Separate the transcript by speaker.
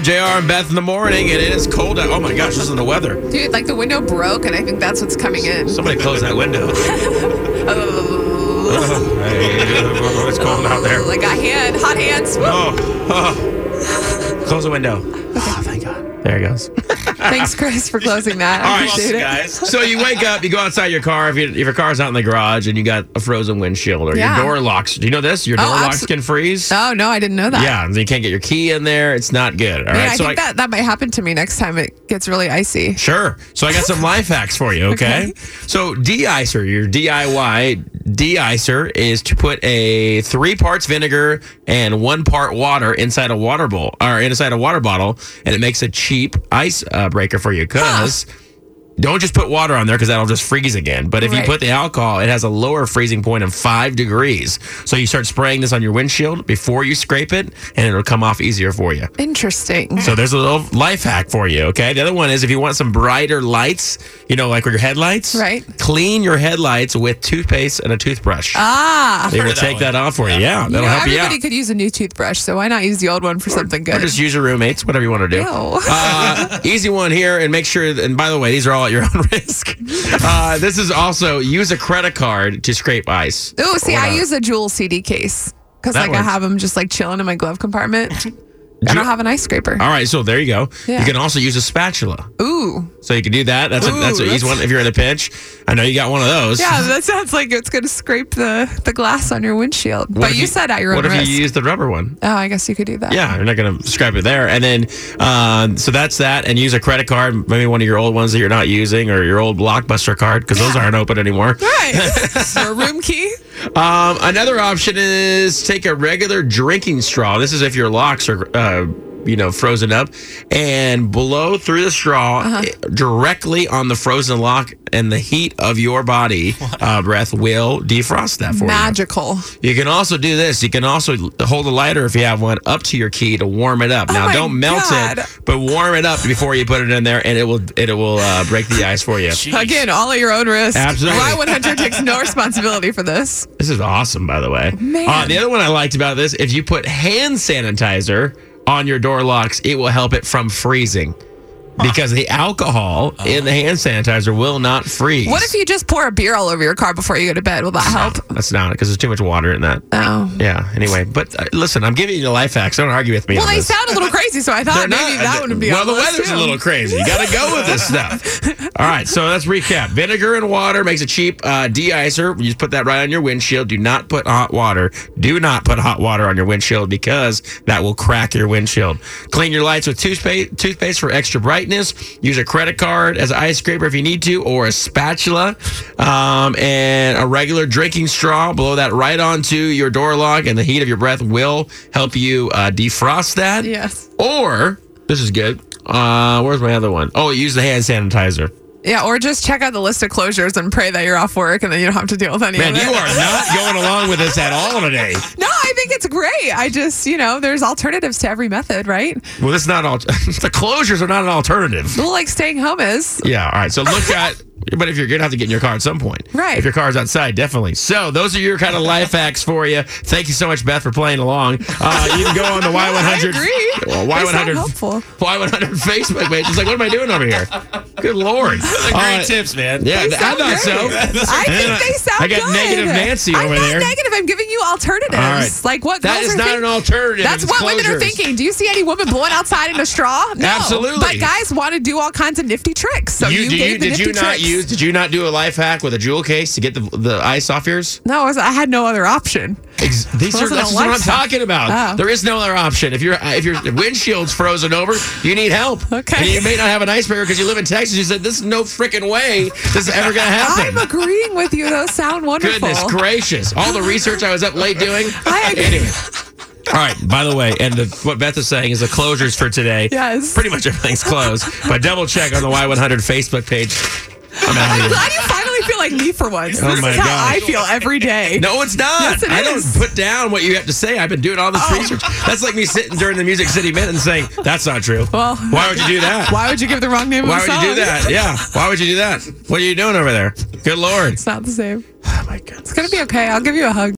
Speaker 1: JR and Beth in the morning, and it is cold out. Oh my gosh, listen to the weather.
Speaker 2: Dude, like the window broke, and I think that's what's coming in.
Speaker 1: Somebody close that window.
Speaker 2: Oh,
Speaker 1: Hey, uh, it's cold out there.
Speaker 2: I got hand, hot hands. Woo.
Speaker 1: Oh, oh. close the window. Oh, thank God. There it goes.
Speaker 2: Thanks, Chris, for closing that.
Speaker 1: All
Speaker 2: I
Speaker 1: right,
Speaker 2: appreciate it.
Speaker 1: guys. So you wake up, you go outside your car. If, you, if your car's out in the garage and you got a frozen windshield or
Speaker 2: Yeah.
Speaker 1: your door locks, do you know this? Your door
Speaker 2: Oh,
Speaker 1: locks
Speaker 2: abso-
Speaker 1: can freeze.
Speaker 2: Oh no, I didn't know that.
Speaker 1: Yeah, and you can't get your key in there. It's not good. All right.
Speaker 2: Yeah, I
Speaker 1: so
Speaker 2: think that that might happen to me next time it gets really icy.
Speaker 1: Sure. So I got some life hacks for you, okay?
Speaker 2: Okay.
Speaker 1: So de-icer, your DIY de-icer is to put a three parts vinegar and one part water inside a water bowl or inside a water bottle, and it makes a cheap ice uh, breaker for you. Cause don't just put water on there because that'll just freeze again. But if you
Speaker 2: Right.
Speaker 1: put the alcohol, it has a lower freezing point of five degrees. So you start spraying this on your windshield before you scrape it, and it'll come off easier for you.
Speaker 2: Interesting.
Speaker 1: So there's a little life hack for you, okay? The other one is if you want some brighter lights, you know, like your headlights,
Speaker 2: Right.
Speaker 1: Clean your headlights with toothpaste and a toothbrush.
Speaker 2: Ah,
Speaker 1: they will
Speaker 3: of that
Speaker 1: take
Speaker 3: one.
Speaker 1: that off for you. Yeah,
Speaker 2: you
Speaker 1: that'll
Speaker 2: know,
Speaker 1: help you out.
Speaker 2: everybody could use a new toothbrush, so why not use the old one for something
Speaker 1: Or
Speaker 2: good?
Speaker 1: just use your roommates, whatever you want to do.
Speaker 2: Ew.
Speaker 1: Uh, easy one here, and make sure. And by the way, these are all at your own risk. Uh, this is also use a credit card to scrape ice.
Speaker 2: Oh, see,
Speaker 1: Or
Speaker 2: I
Speaker 1: not.
Speaker 2: use a jewel CD case because
Speaker 1: That
Speaker 2: like I
Speaker 1: works.
Speaker 2: have them just like chilling in my glove compartment. I don't have an ice scraper.
Speaker 1: All right, so there you go.
Speaker 2: Yeah.
Speaker 1: You can also use a spatula,
Speaker 2: Ooh,
Speaker 1: so you can do that. That's a,
Speaker 2: Ooh,
Speaker 1: that's an easy
Speaker 2: that's-
Speaker 1: one if you're in a pinch. I know you got one of those.
Speaker 2: yeah, that sounds like it's gonna scrape the the glass on your windshield.
Speaker 1: What
Speaker 2: but
Speaker 1: if
Speaker 2: you, said at your own
Speaker 1: What
Speaker 2: risk.
Speaker 1: if you use the rubber one?
Speaker 2: oh, I guess you could do that.
Speaker 1: Yeah, you're not going to scrap it there. And then, um, so that's that. And use a credit card, maybe one of your old ones that you're not using, or your old Blockbuster card, because those aren't open anymore.
Speaker 2: All right. Or a room key.
Speaker 1: Um, another option is take a regular drinking straw. This is if your locks are, uh, you know, frozen up, and blow through the straw eh, directly on the frozen lock, and the heat of your body uh, breath will defrost that for you.
Speaker 2: Magical.
Speaker 1: You can also do this. You can also hold a lighter if you have one up to your key to warm it up. now
Speaker 2: Oh my
Speaker 1: don't melt
Speaker 2: God.
Speaker 1: it, but warm it up before you put it in there, and it will it will uh, break the ice for you.
Speaker 3: Jeez.
Speaker 2: Again, all at your own risk.
Speaker 1: Absolutely.
Speaker 2: Y100 takes no responsibility for this.
Speaker 1: This is awesome, by the way.
Speaker 2: Man.
Speaker 1: Uh, the other one I liked about this: if you put hand sanitizer on your door locks, it will help it from freezing. Because the alcohol in the hand sanitizer will not freeze.
Speaker 2: What if you just pour a beer all over your car before you go to bed? Will that help?
Speaker 1: That's not because there's too much water in that.
Speaker 2: Oh.
Speaker 1: Yeah. Anyway, but uh, listen, I'm giving you the life hacks. Don't argue with me.
Speaker 2: Well,
Speaker 1: on
Speaker 2: they
Speaker 1: this.
Speaker 2: sound a little crazy, so I thought
Speaker 1: They're
Speaker 2: maybe
Speaker 1: not-
Speaker 2: that wouldn't be
Speaker 1: Well,
Speaker 2: on
Speaker 1: the
Speaker 2: list,
Speaker 1: weather's
Speaker 2: too.
Speaker 1: a little crazy. You got to go with this stuff. All right, so let's recap. Vinegar and water makes a cheap uh, de-icer. You just put that right on your windshield. Do not put hot water. Do not put hot water on your windshield because that will crack your windshield. Clean your lights with toothpaste, toothpaste for extra brightness. Use a credit card as an ice scraper if you need to, or a spatula, um, and a regular drinking straw. Blow that right onto your door lock, and the heat of your breath will help you uh, defrost that.
Speaker 2: Yes.
Speaker 1: Or this is good. Uh, where's my other one? Oh, use the hand sanitizer.
Speaker 2: Yeah, or just check out the list of closures and pray that you're off work and then you don't have to deal with any
Speaker 1: Man,
Speaker 2: of it.
Speaker 1: you are not going along with this at all today.
Speaker 2: No, I think it's great. I just, you know, there's alternatives to every method, right?
Speaker 1: Well, it's not all. the closures are not an alternative.
Speaker 2: Well, like staying home is.
Speaker 1: Yeah. All right. So look at. But if you're gonna have to get in your car at some point,
Speaker 2: Right.
Speaker 1: If your car's outside, definitely. So those are your kind of life hacks for you. Thank you so much, Beth, for playing along. Uh, you can go on the Y100.
Speaker 2: agree.
Speaker 1: Well,
Speaker 2: They sound
Speaker 1: Y100.
Speaker 2: helpful.
Speaker 1: Y100 Facebook page. It's like, what am I doing over here? Good lord.
Speaker 3: Those are great
Speaker 1: Uh,
Speaker 3: tips, man.
Speaker 1: Yeah,
Speaker 2: They
Speaker 1: th- I
Speaker 2: sound
Speaker 1: thought
Speaker 2: great.
Speaker 1: so.
Speaker 2: I think they sound
Speaker 1: I got
Speaker 2: good.
Speaker 1: negative Nancy
Speaker 2: I'm
Speaker 1: over
Speaker 2: not
Speaker 1: there.
Speaker 2: negative. I'm giving you alternatives.
Speaker 1: All right.
Speaker 2: Like what
Speaker 1: That
Speaker 2: girls
Speaker 1: is
Speaker 2: are
Speaker 1: not
Speaker 2: think-
Speaker 1: an alternative.
Speaker 2: That's
Speaker 1: It's
Speaker 2: what women are
Speaker 1: closures.
Speaker 2: thinking. Do you see any woman blowing outside in a straw? No.
Speaker 1: Absolutely.
Speaker 2: But guys want to do all kinds of nifty tricks. So you,
Speaker 1: do
Speaker 2: gave the
Speaker 1: did
Speaker 2: nifty
Speaker 1: you not
Speaker 2: tricks.
Speaker 1: use? Did you not do a life hack with a jewel case to get the the ice off yours?
Speaker 2: No, I was- I had no other option.
Speaker 1: Ex- these are,
Speaker 2: Wasn't a
Speaker 1: that's what
Speaker 2: life
Speaker 1: I'm
Speaker 2: hack.
Speaker 1: talking about.
Speaker 2: Oh.
Speaker 1: There is no other option. If your if your windshield's frozen over, you need help.
Speaker 2: Okay.
Speaker 1: And you may not have an ice breaker because you live in Texas. You said this is no freaking way. This is ever gonna happen.
Speaker 2: I'm agreeing with you. Those sound wonderful.
Speaker 1: Goodness gracious! All the research I was up late doing.
Speaker 2: I agree.
Speaker 1: Anyway. All right. By the way, and the, what Beth is saying is the closures for today.
Speaker 2: Yes.
Speaker 1: Pretty much everything's closed. But double check on the Y100 Facebook page. I'm out of
Speaker 2: I'm
Speaker 1: here.
Speaker 2: glad you finally feel like me for once.
Speaker 1: Oh
Speaker 2: this
Speaker 1: my
Speaker 2: is how
Speaker 1: gosh.
Speaker 2: I feel every day.
Speaker 1: No, it's not.
Speaker 2: Yes, it
Speaker 1: I
Speaker 2: is. Oh.
Speaker 1: don't put down what you have to say. I've been doing all this research. That's like me sitting during the Music City Minute and saying, that's not true.
Speaker 2: Well-
Speaker 1: Why would you do that?
Speaker 2: Why would you give the wrong name
Speaker 1: Why
Speaker 2: of a
Speaker 1: would
Speaker 2: song?
Speaker 1: you do that? Yeah. Why would you do that? What are you doing over there? Good Lord.
Speaker 2: It's not the same.
Speaker 1: Oh, my God.
Speaker 2: It's gonna be okay. I'll give you a hug.